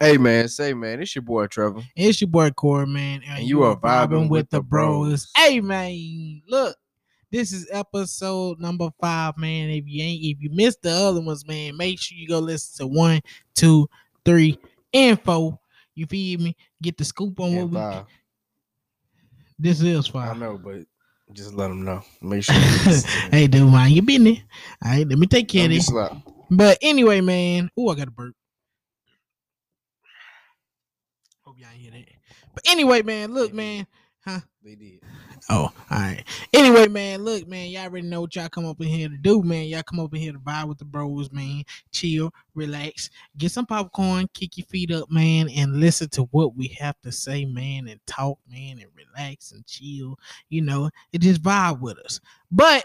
Hey man, say man, it's your boy Trevor. It's your boy Core, man. And you are vibing with the bros. Hey man, look, this is episode number five, man. If you ain't if you missed the other ones, man, make sure you go listen to one, two, three, and four. You feel me? Get the scoop on And what five. we this is I five. know, but just let them know. Make sure. you listen to me. Hey, dude, mind your business. All right, let me take care Don't of be this. slow. But anyway, man. Oh, I got a burp. Hope y'all hear that. But anyway, man, look, Maybe. man. They did. Oh, all right. Anyway, man, look, man, y'all already know what y'all come up in here to do, man. Y'all come up in here to vibe with the bros, man. Chill, relax, get some popcorn, kick your feet up, man, and listen to what we have to say, man, and talk, man, and relax and chill. You know, it just vibe with us. But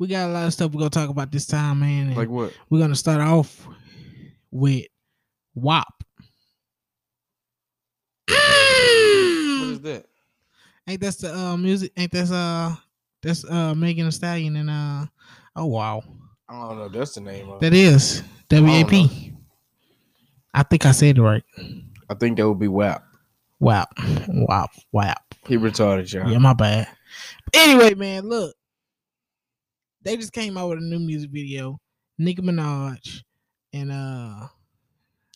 we got a lot of stuff we're gonna talk about this time, man. and Like what? we're gonna start off with WAP. What Mm. is that? Ain't that's the uh music? Ain't that's uh that's uh Megan Thee Stallion and uh oh wow I don't know. That's the name of. it. that is WAP. I, think I said it right. I think that would be WAP. Wow, wow, wow. He retarded y'all. Yeah, my bad. But anyway, man, look, they just came out with a new music video. Nicki Minaj and uh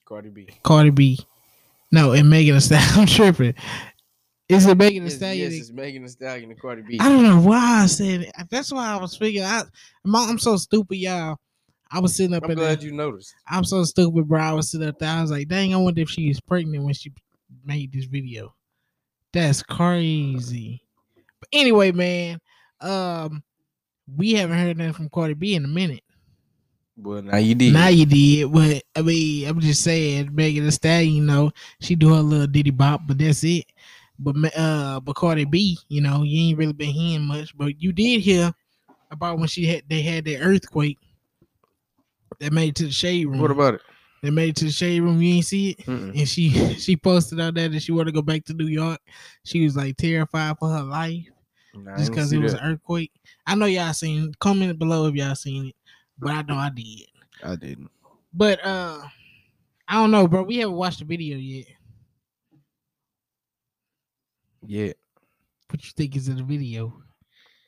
Cardi B. Cardi B. No, and Megan Thee Stallion. I'm tripping. Is it Megan Thee Yes, Stallion? yes, it's Megan Thee Stallion and Cardi B. I don't know why I said it. That's why I was figuring. I, my, I'm so stupid, y'all. I was sitting up I'm in glad there. you noticed. I'm so stupid, bro. I was sitting up there. I was like, dang, I wonder if she was pregnant when she made this video. That's crazy. But anyway, man, um, we haven't heard nothing from Cardi B in a minute. Well, now you did. Now you did, but I mean, I'm just saying, Megan Thee Stallion, you know, she do her little diddy bop, but that's it. But Ma- uh, but Cardi B, you know, you ain't really been hearing much, but you did hear about when she had they had that earthquake that made it to the shade room. what about it? They made it to the shade room. You ain't see it, Mm-mm. and she she posted out there that she wanted to go back to New York. She was like terrified for her life Nah, I just didn't because see it was that. an earthquake. I know y'all seen. Comment below if y'all seen it, but I know I did. I didn't. But uh I don't know, bro. We haven't watched the video yet. Yeah. What you think is in the video?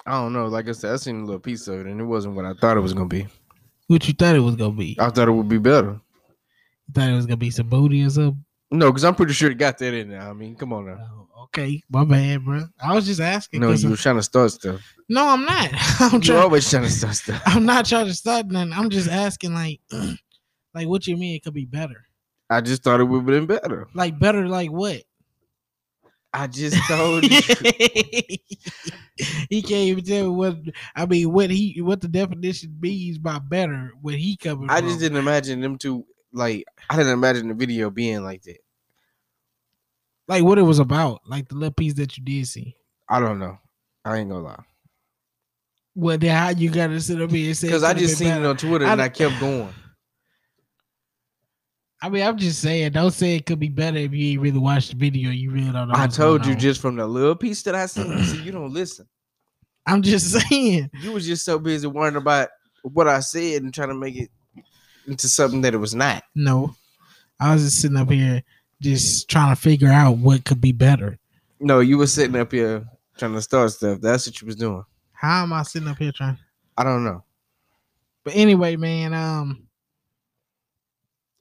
I don't know. Like I said, I seen a little piece of it, and it wasn't what I thought it was gonna be. What you thought it was gonna be? I thought it would be better. You thought it was gonna be some booty or something? No, because I'm pretty sure it got that in there. I mean, come on now. Oh, okay, my bad, bro. I was just asking. No, 'cause you I- were trying to start stuff. no, I'm not. I'm You're trying. always trying to start stuff. I'm not trying to start nothing. I'm just asking, like, like what you mean it could be better? I just thought it would have been better. Like better, like what? I just told you. he can't even tell me what I mean. What he, what the definition means by better? What he covered? I just didn't imagine them two. Like I didn't imagine the video being like that. like what it was about, like the little piece that you did see. I don't know. I ain't gonna lie. Well, then how you gotta sit up here and say? it Because I could've just seen been it better? on Twitter and I- I kept going. I mean, I'm just saying. Don't say it could be better if you ain't really watched the video. You really don't know. I what's told going you on. just from the little piece that I seen. See, you don't listen. I'm just saying. You was just so busy worrying about what I said and trying to make it into something that it was not. No, I was just sitting up here just trying to figure out what could be better. No, you were sitting up here trying to start stuff. That's what you was doing. How am I sitting up here trying? I don't know. But anyway, man. Um,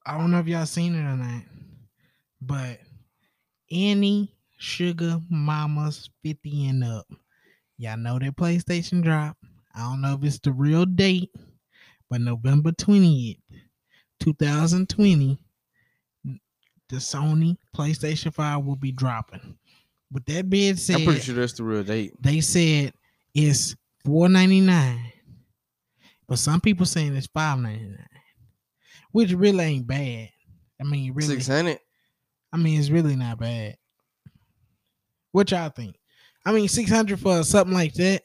I don't know if y'all seen it or not, but any sugar mamas 50 and up. Y'all know that PlayStation drop. I don't know if it's the real date, but November 20th, 2020, the Sony PlayStation 5 will be dropping. With that being said, I'm pretty sure that's the real date. they said it's four ninety nine, but some people saying it's five ninety nine, which really ain't bad. I mean, really, Six hundred. I mean, it's really not bad. What y'all think? I mean, six hundred for something like that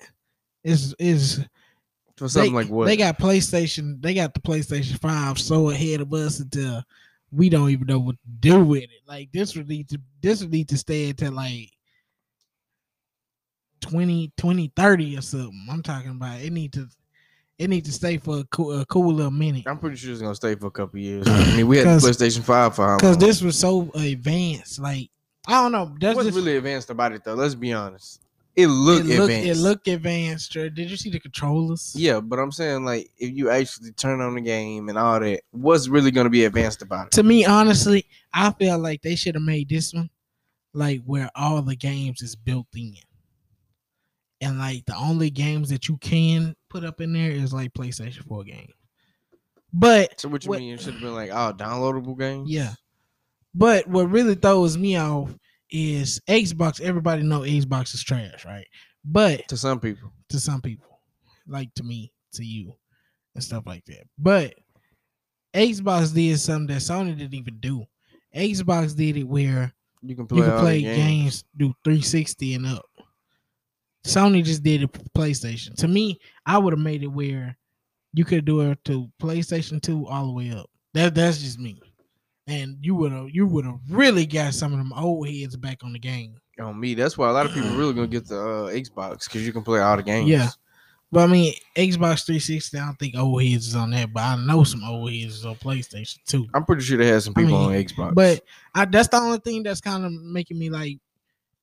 is is For something they- like what? They got PlayStation. They got the PlayStation Five so ahead of us until we don't even know what to do with it. Like this would need to this would need to stay until like 20, 20, 30 or something. I'm talking about it need to It needs to stay for a cool, a cool little minute. I'm pretty sure it's gonna stay for a couple years. I mean, we had the 'Cause- PlayStation Five for how Because long? this was so advanced. Like, I don't know. It That's wasn't just, really advanced about it though. Let's be honest. It looked it looked advanced. It looked advanced. Dre. Did you see the controllers? yeah, but I'm saying like if you actually turn on the game and all that, what's really gonna be advanced about it? To me, honestly, I feel like they should have made this one like where all the games is built in. And like the only games that you can put up in there is like PlayStation 4 games. But So what you What- mean? It should have been like oh, downloadable game. Yeah. But what really throws me off is Xbox. Everybody know Xbox is trash, right? But To some people, to some people, like to me, to you, and stuff like that. But Xbox did something that Sony didn't even do. Xbox did it where you can play. you all can the play games. games do 360 and up. Sony just did it for PlayStation. To me, I would have made it where you could do it to PlayStation 2 all the way up. That that's just me. And you would have you would have really got some of them old heads back on the game. on me. That's why a lot of people really gonna get the uh, Xbox because you can play all the games. Yeah. But I mean, Xbox 360, I don't think old heads is on that, but I know some old heads is on PlayStation 2. I'm pretty sure they had some I people mean, on Xbox. But I, that's the only thing that's kind of making me like,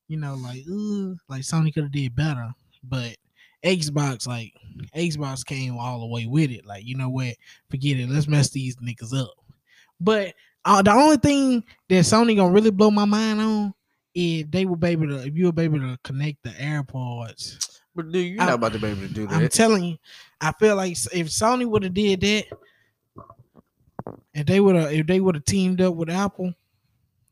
you know, like, ooh, like Sony could have did better. But Xbox, like, Xbox came all the way with it. Like, you know what? Forget it. Let's mess these niggas up. But uh, the only thing that Sony gonna really blow my mind on is they will be able to, if you were able to connect the AirPods. but dude, you're I'm- not about to be able to do I'm that. telling you, I feel like s- if Sony would have did that, if they would have if they would have teamed up with Apple,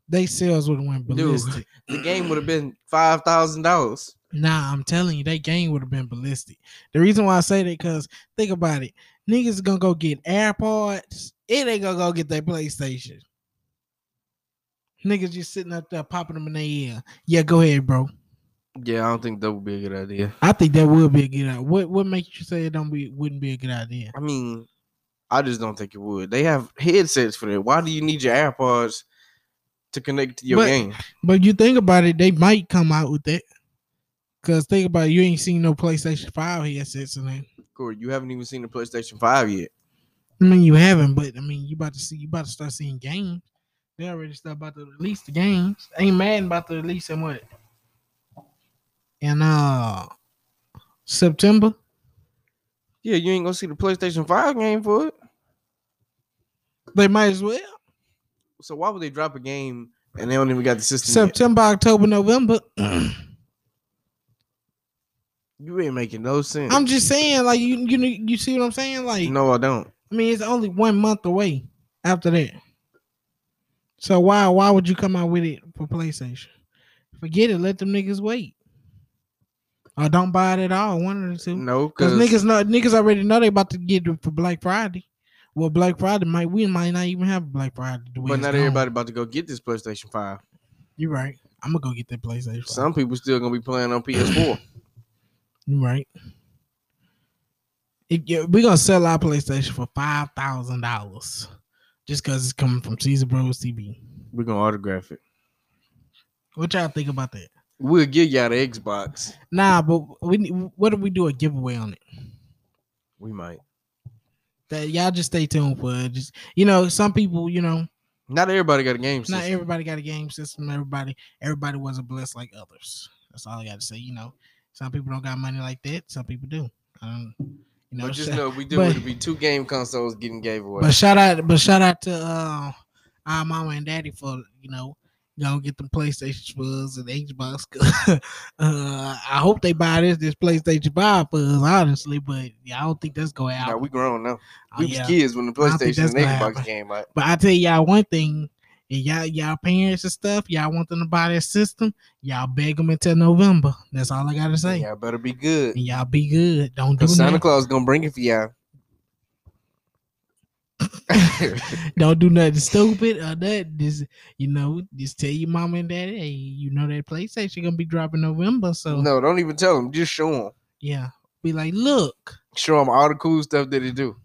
they sales would have went Dude. ballistic. the game would have been five thousand dollars. Nah, I'm telling you, that game would have been ballistic. The reason why I say that, cause think about it, niggas gonna go get AirPods, and they gonna go get their PlayStation. Niggas just sitting up there popping them in their ear. Yeah, go ahead, bro. Yeah, I don't think that would be a good idea. I think that would be a good idea. What what makes you say it don't be wouldn't be a good idea? I mean, I just don't think it would. They have headsets for that. Why do you need your AirPods to connect to your But- game? But you think about it, they might come out with that. Cause think about it, you ain't seen no PlayStation Five headsets in there. Corey, you haven't even seen the PlayStation Five yet. I mean, you haven't, but I mean, you about to see, you about to start seeing games. They already start about to release the games. Ain't Madden about to release in what? In uh September. Yeah, you ain't gonna see the PlayStation Five game for it. They might as well. So why would they drop a game and they don't even got the system? yet? September, October, November. I'm You ain't making no sense. just saying, like you, you, you see what I'm saying? Like, no, I don't. I mean, it's only one month away after that. So why why would you come out with it for PlayStation? Forget it. Let them niggas wait. Or don't buy it at all. One of the two. No, Because because niggas know niggas already know they about to get it for Black Friday. Well, Black Friday might we might not even have Black Friday. the way But it's not going. everybody about to go get this PlayStation 5. You right. I'm gonna go get that PlayStation. Some people still gonna be playing on PS4. You right. If you, we gonna sell our PlayStation for five thousand dollars, just cause it's coming from Caesar Bros TV. We're gonna autograph it. What y'all think about that? We'll give y'all the Xbox. Nah, but we ne- what if we do a giveaway on it? We might. That y'all just stay tuned for. it. Just you know, some people, you know, Not everybody got a game system. not everybody got a game system. Everybody, everybody wasn't blessed like others. That's all I got to say. You know, some people don't got money like that. Some people do. Um, you know, but just shout- know if we do but- it'll be two game consoles getting gave away. but shout out, but shout out to uh, our mama and daddy for you know. Y'all get them PlayStation for us and Xbox. uh, I hope they buy this this PlayStation 5 for us, honestly, but yeah, I don't think that's going out. Now we grown now. Oh, We yeah. was kids when the don't think PlayStation that's and gonna Xbox happen. came out. But I tell y'all one thing, if y'all y'all parents and stuff, y'all want them to buy that system, y'all beg them until November. That's all I gotta say. Y'all better be good. And y'all be good. Don't do Cause Santa nothing. Claus gonna bring it for y'all. Don't do nothing stupid or that. Just you know, just tell your mom and dad, hey, you know that PlayStation gonna be dropping November. So no, don't even tell them. Just show them. yeah, be like, look, Show them all the cool stuff that they do.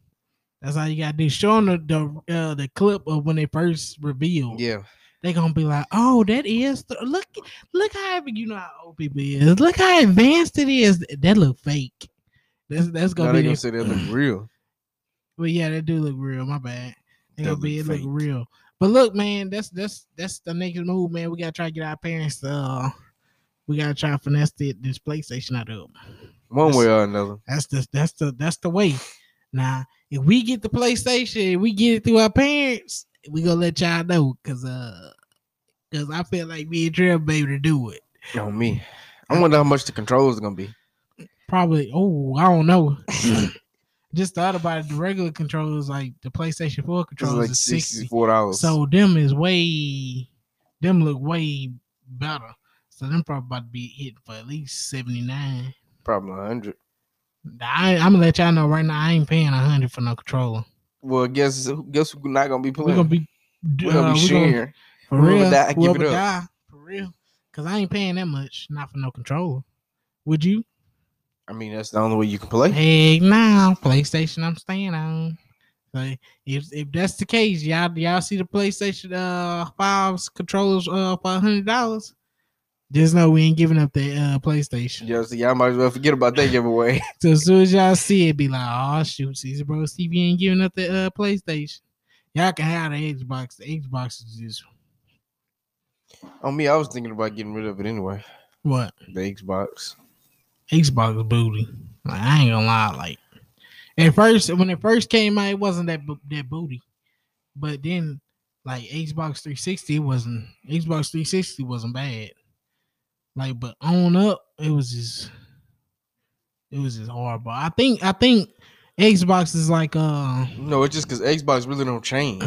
that's all you gotta do. Show them the the, uh, the clip of when they first revealed. Yeah. they gonna be like, "Oh, that is the, look, look how you know how old people is. Look how advanced it is. That look fake. That's that's Now gonna they be. gonna Their, say they look real. but yeah, they do look real. My bad. They They gonna be it look look fake. real. But look, man, that's that's that's the next move, man. We gotta try to get our parents. to, Uh, we gotta try to finesse the, this PlayStation out of them. One That's- way or another. That's the that's the that's the way. Now, if we get the PlayStation, if we get it through our parents, we gonna let y'all know, cause uh, cause I feel like me and Trail baby to do it. On me. I wonder how much the controls are gonna be. Probably. Oh, I don't know. Just thought about it. The regular controllers, like the PlayStation Four It's controllers, like is sixty. sixty-four dollars. So them is way, them look way better. So them probably about to be hit for at least seventy nine. probably a hundred. I, I'm gonna let y'all know right now. I ain't paying a hundred for no controller. Well, guess guess who's not gonna be We're playing? gonna be. We're gonna uh, be we gonna- sharing. For Whoever real, die, I give whoever it up. die, for real. Cause I ain't paying that much, not for no controller. Would you? I mean, that's the only way you can play. Heck, now PlayStation, I'm staying on. Like, if if that's the case, y'all y'all see the PlayStation uh fives controllers uh for hundred dollars. Just know we ain't giving up the uh PlayStation. Yeah, so y'all might as well forget about that giveaway. So as soon as y'all see it, be like, oh shoot, Caesar bro, Steve, you ain't giving up the uh PlayStation. Y'all can have the Xbox. The Xbox is just On me, I was thinking about getting rid of it anyway. what The Xbox. Xbox booty. Like I ain't gonna lie, like at first when it first came out, it wasn't that bo- that booty, but then like Xbox 360 it wasn't Xbox 360 wasn't bad. Like, but on up, it was just it was just horrible. I think I think Xbox is like uh No, it's just because Xbox really don't change.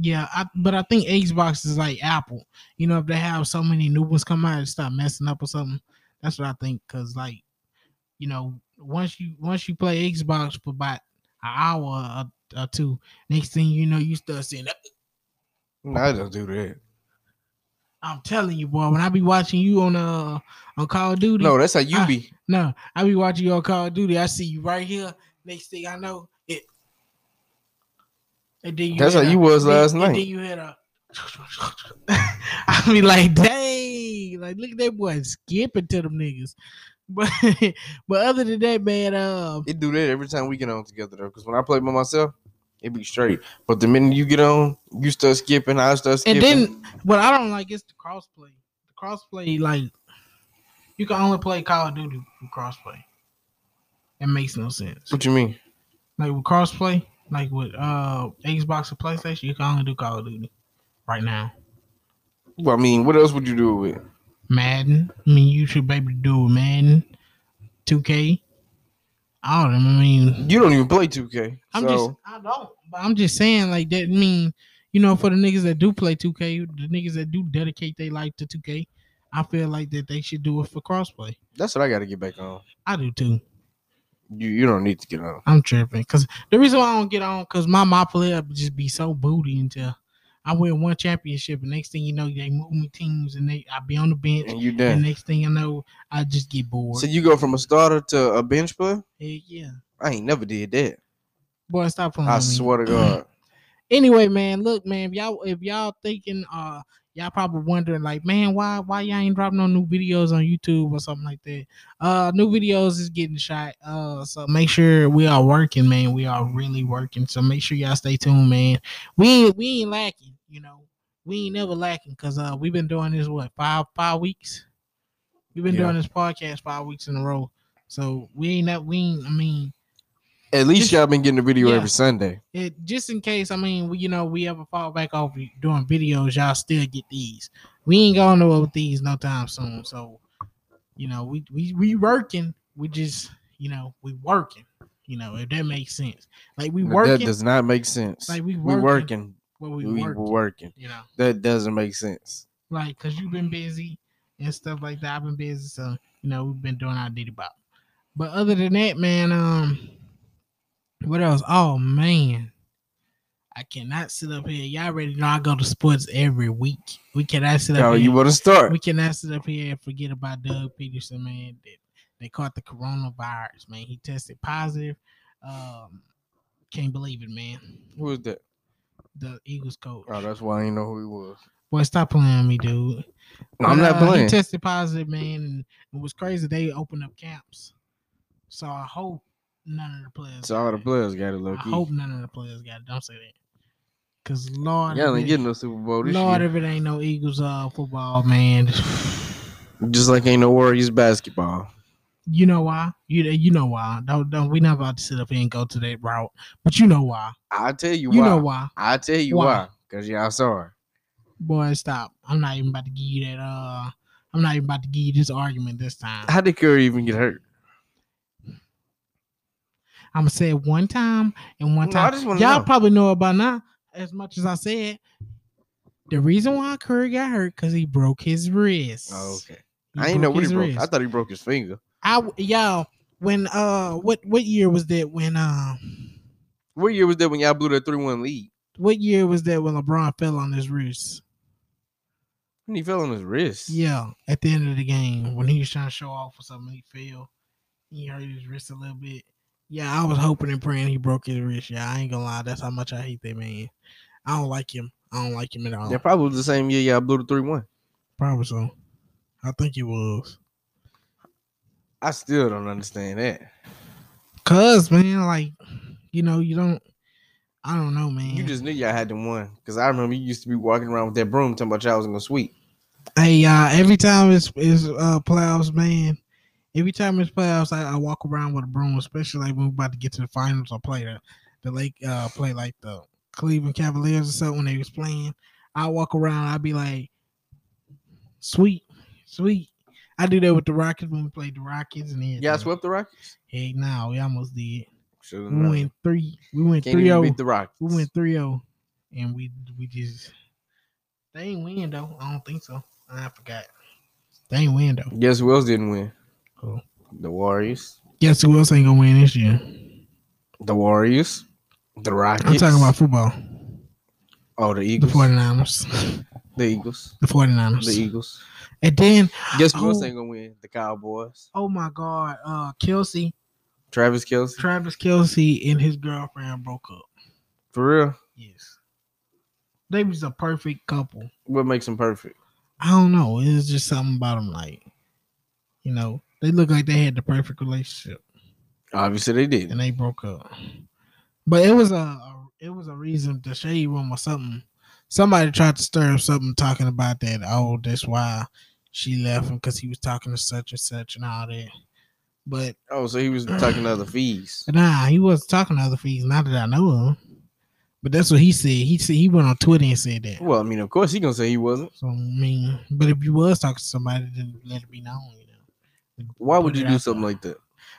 yeah, I, but I think Xbox is like Apple. You know, if they have so many new ones come out, it start messing up or something. That's what I think. Cause like, you know, once you once you play Xbox for about an hour or, or two, next thing you know, you start seeing. no, I don't do that. I'm telling you, boy, when I be watching you on uh on Call of Duty, No, that's how you I- be. no, I be watching you on Call of Duty. I see you right here. Next thing I know, it. And then you That's how had a- you was then- last and night. Then you had a. I be like, dang, like look at that boy skipping to them niggas. But but other than that, man, um, It do that every time we get on together though. Because when I play by myself, it be straight. But the minute you get on, you start skipping. I start And skipping. then what I don't like is the crossplay. The crossplay, like you can only play Call of Duty with crossplay. It makes no sense. what you mean? Like with crossplay, like with uh Xbox and PlayStation, you can only do Call of Duty right now. Well, I mean, what else would you do with? it? Madden. I mean, you should be able to do it. Madden, 2K. I don't know. I mean, You don't even play 2K. so I'm just, I don't. But I'm just saying, like that. mean, you know, for the niggas that do play 2K, the niggas that do dedicate their life to 2K, I feel like that they should do it for crossplay. that's what I got to get back on. I do too. You you don't need to get on. I'm tripping because the reason why I don't get on because my my player just be so booty until I win one championship, and next thing you know, they move me teams, and they I be on the bench, And you and done. next thing I know, I just get bored. So you go from a starter to a bench player. Heck yeah. I ain't never did that. Boy, stop playing. I with me. swear to God. Anyway, man, look, man, if y'all if y'all thinking uh y'all probably wondering like, man, why why y'all ain't dropping no new videos on YouTube or something like that. Uh new videos is getting shot. Uh so make sure we are working, man. We are really working. So make sure y'all stay tuned, man. We ain't we ain't lacking, you know. We ain't never lacking because uh we've been doing this what five five weeks? We've been Yeah. doing this podcast five weeks in a row. So we ain't that we ain't I mean At least Just- y'all been getting a video yeah. every Sunday. it just in case. I mean, we, you know, we ever fall back off doing videos, y'all still get these. We ain't going nowhere with these no time soon. So, you know, we we we working. We just, you know, we working. You know, if that makes sense. Like we Now, That working, does not make sense. like we we working, working. but We we, we working. working. You know, That doesn't make sense. like because you've Mm-hmm. been busy and stuff like that. I've been busy, so you know we've been doing our duty bop. But other than that, man, um, what else? Oh man, I cannot sit up here. Y'all already know I go to sports every week. We cannot sit up How here. Oh, you want to start? we cannot sit up here and forget about Doug Peterson, man. That they caught the coronavirus, man. He tested positive. Um, can't believe it, man. Who is that? The Eagles coach. Oh, that's why I didn't know who he was. Boy, stop playing with me, dude. No, I'm But, not uh, playing. He tested positive, man, and it was crazy. They opened up camps, so I hope none of the players. So all the got it. players got it low I key. hope none of the players got it. Don't say that. Cause Lord, Y'all if ain't it- getting no Super Bowl this Lord, year. if it ain't no Eagles uh, football, man. Just like ain't no Warriors basketball. You know why? You you know why? Don't don't we not about to sit up here and go to that route. But you know why? I tell you, You, why. know why? I tell you Why? why. Cause y'all saw it. Boy, stop! I'm not even about to give you that. Uh, I'm not even about to give you this argument this time. How did Curry even get hurt? I'm gonna say it one time and one No, I time. just Y'all wanna know. probably know about now as much as I said. The reason why Curry got hurt because he broke his wrist. Oh, okay. He I didn't know broke what he his broke. wrist. I thought he broke his finger. I w- y'all when uh what what year was that when uh What year was that when y'all blew that three one lead? what year was that when LeBron fell on his wrist? When he fell on his wrist. Yeah, at the end of the game when he was trying to show off or something, he fell. He hurt his wrist a little bit. Yeah, I was hoping and praying he broke his wrist. Yeah, I ain't gonna lie, that's how much I hate that man. I don't like him. I don't like him at all. That probably was the same year y'all blew the three one. Probably so. I think it was. I still don't understand that. Cause man, like, you know, you don't I don't know, man. You just knew y'all had the one. Cause I remember you used to be walking around with that broom talking about y'all was gonna sweep. Hey y'all, every time it's it's uh playoffs, man. Every time it's playoffs, I, I walk around with a broom, especially like when we're about to get to the finals or play the the lake uh play like the Cleveland Cavaliers or something when they was playing. I walk around, I'd be like, sweet, sweet. I do that with the Rockets when we played the Rockets and then Y'all swept the Rockets? Hey now we almost did. Should've We known. went three we went Can't three even oh beat the Rockets. we went 3 0, and we we just they ain't win though. I don't think so. I forgot. They ain't win though. Guess who else didn't win? Who? The Warriors. Guess who else ain't gonna win this year? The Warriors. The Rockets. I'm talking about football. Oh the The Eagles. The, 49ers. Eagles. The 49ers. The Eagles. and then Guess who else Oh. ain't gonna win? The Cowboys. oh my god, uh Kelsey, Travis Kelsey. Travis Kelsey and his girlfriend broke up. For real? Yes. They was a perfect couple. What makes them perfect? I don't know. It was just something about them like, you know, they look like they had the perfect relationship. Obviously they did. and they broke up. But it was a, a- it was a reason the shade room or something. Somebody tried to stir up something talking about that. Oh, that's why she left him because he was talking to such and such and all that. But Oh, so he was talking to other fees. nah, he wasn't talking to other fees. Not that I know of. But that's what he said. He said he went on Twitter and said that. Well, I mean, of course he gonna say he wasn't. So I mean, but if you was talking to somebody, then let it be known. You know. Why would Put you it do out something there. like that?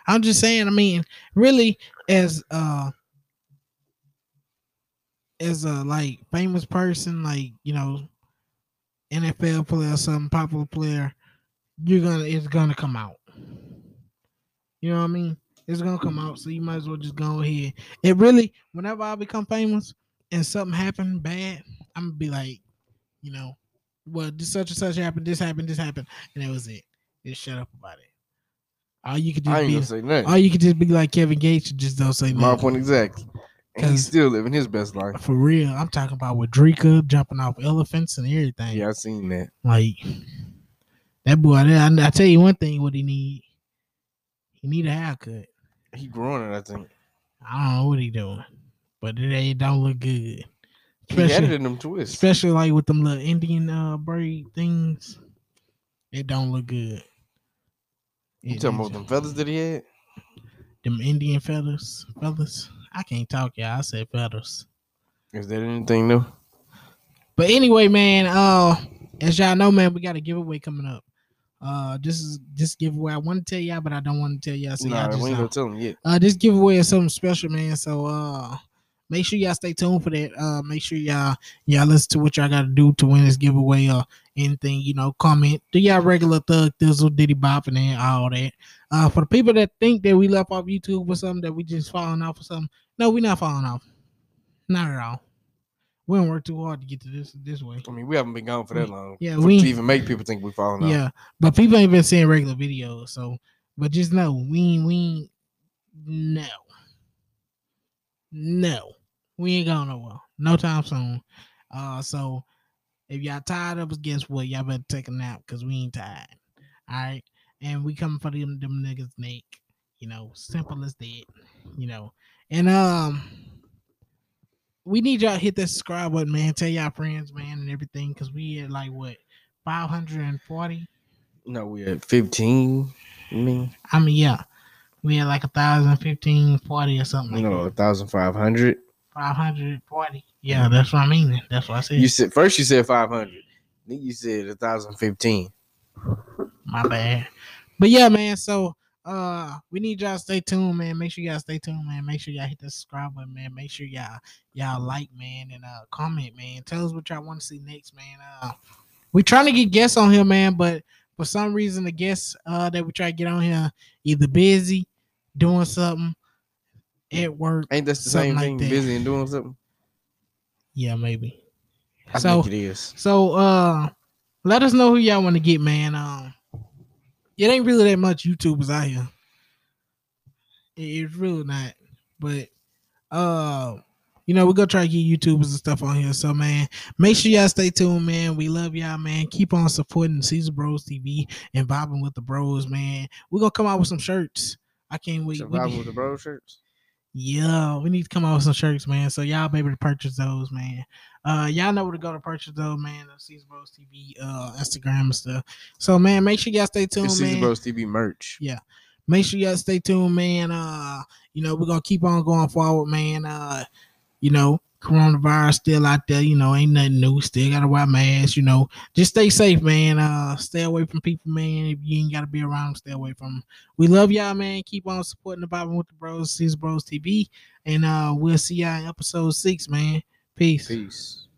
I'm just saying. I mean, really, as uh, as a like famous person, like you know, NFL player, some popular player, you're gonna it's gonna come out. You know what I mean? It's gonna come out, so you might as well just go ahead. It really, whenever I become famous and something happened bad, I'm gonna be like, you know, well, this such and such happened, this happened, this happened, and that was it. Just shut up about it. All you could just I ain't be gonna say nothing. all you could just be like Kevin Gates and just don't say My nothing. point exactly. And he's Cause- still living his best life. For real, I'm talking about with Drika jumping off elephants and everything. Yeah, I seen that. Like that boy, there, I, I tell you one thing, what he need, he need a haircut. He growing it, I think. I don't know what he doing, but it ain't don't look good. He Especially, added them twists. especially like with them little Indian uh braid things, it don't look good. You It talking about is- them feathers that he had? them Indian feathers, feathers. I can't talk, y'all. I said feathers. Is that anything new? But anyway, man, uh, as y'all know, man, we got a giveaway coming up. Uh, this is this giveaway. I want to tell y'all, but I don't want to tell y'all. So nah, y'all we just ain't know. gonna tell him yet. uh, this giveaway is something special, man. So uh, make sure y'all stay tuned for that. Uh, make sure y'all y'all listen to what y'all got to do to win this giveaway or anything. You know, comment. Do y'all regular thug thizzle diddy bop and then all that. Uh, for the people that think that we left off YouTube or something that we just falling off or something, no, we not falling off. Not at all. We don't work too hard to get to this this way. I mean, we haven't been gone for that long. Mm, Yeah, for- we- to even make people think we falling off. Yeah, but people ain't been seeing regular videos, so but just know we ain't- we ain't- no no we ain't going nowhere no time soon. Uh, so if y'all tired of us, guess what? Y'all better take a nap because we ain't tired. All right, and we coming for them them niggas neck. You know, simple as that. You know, and um, we need y'all to hit that subscribe button, man. Tell y'all friends, man, and everything, cause we at like what 540. No, we at 15. I mean, I mean, yeah, we at like a thousand fifteen forty or something. you Like know, 1,500. five hundred forty. Yeah, that's what I mean. That's what I said. You said, first you said 500. Then you said 1,015. My bad. But yeah, man. So uh we need y'all to stay tuned, man. Make sure y'all stay tuned, man. Make sure y'all hit the subscribe button, man. Make sure y'all y'all like, man, and uh comment, man. Tell us what y'all want to see next, man. Uh we trying to get guests on here, man, but for some reason the guests uh that we try to get on here either busy, doing something at work. Ain't that the Something same like thing? that. Busy and doing something? Yeah, maybe. I So- think it is. So uh let us know who y'all want to get, man. Um it ain't really that much YouTubers out here. It- it's really not. But uh you know, we're gonna try to get YouTubers and stuff on here. So man, make sure y'all stay tuned, man. We love y'all, man. Keep on supporting Caesar Bros TV and vibing with the bros, man. We're gonna come out with some shirts. I can't wait. We- Survival with the bro shirts. yeah, we need to come out with some shirts, man. So y'all be able to purchase those, man. Uh, y'all know where to go to purchase those, man. The Caesar Bros TV, uh, Instagram and stuff. So man, make sure y'all stay tuned, It's Caesar man. Bros TV merch. Make sure y'all stay tuned, man. Uh, you know we're gonna keep on going forward, man. Uh, you know coronavirus still out there. You know ain't nothing new. Still gotta wear masks. You know just stay safe, man. Uh, stay away from people, man. If you ain't gotta be around, 'em, stay away from 'em. We love y'all, man. Keep on supporting the Bible with the Bros, Caesar Bros TV, and uh, we'll see y'all in episode six, man. Peace. Peace.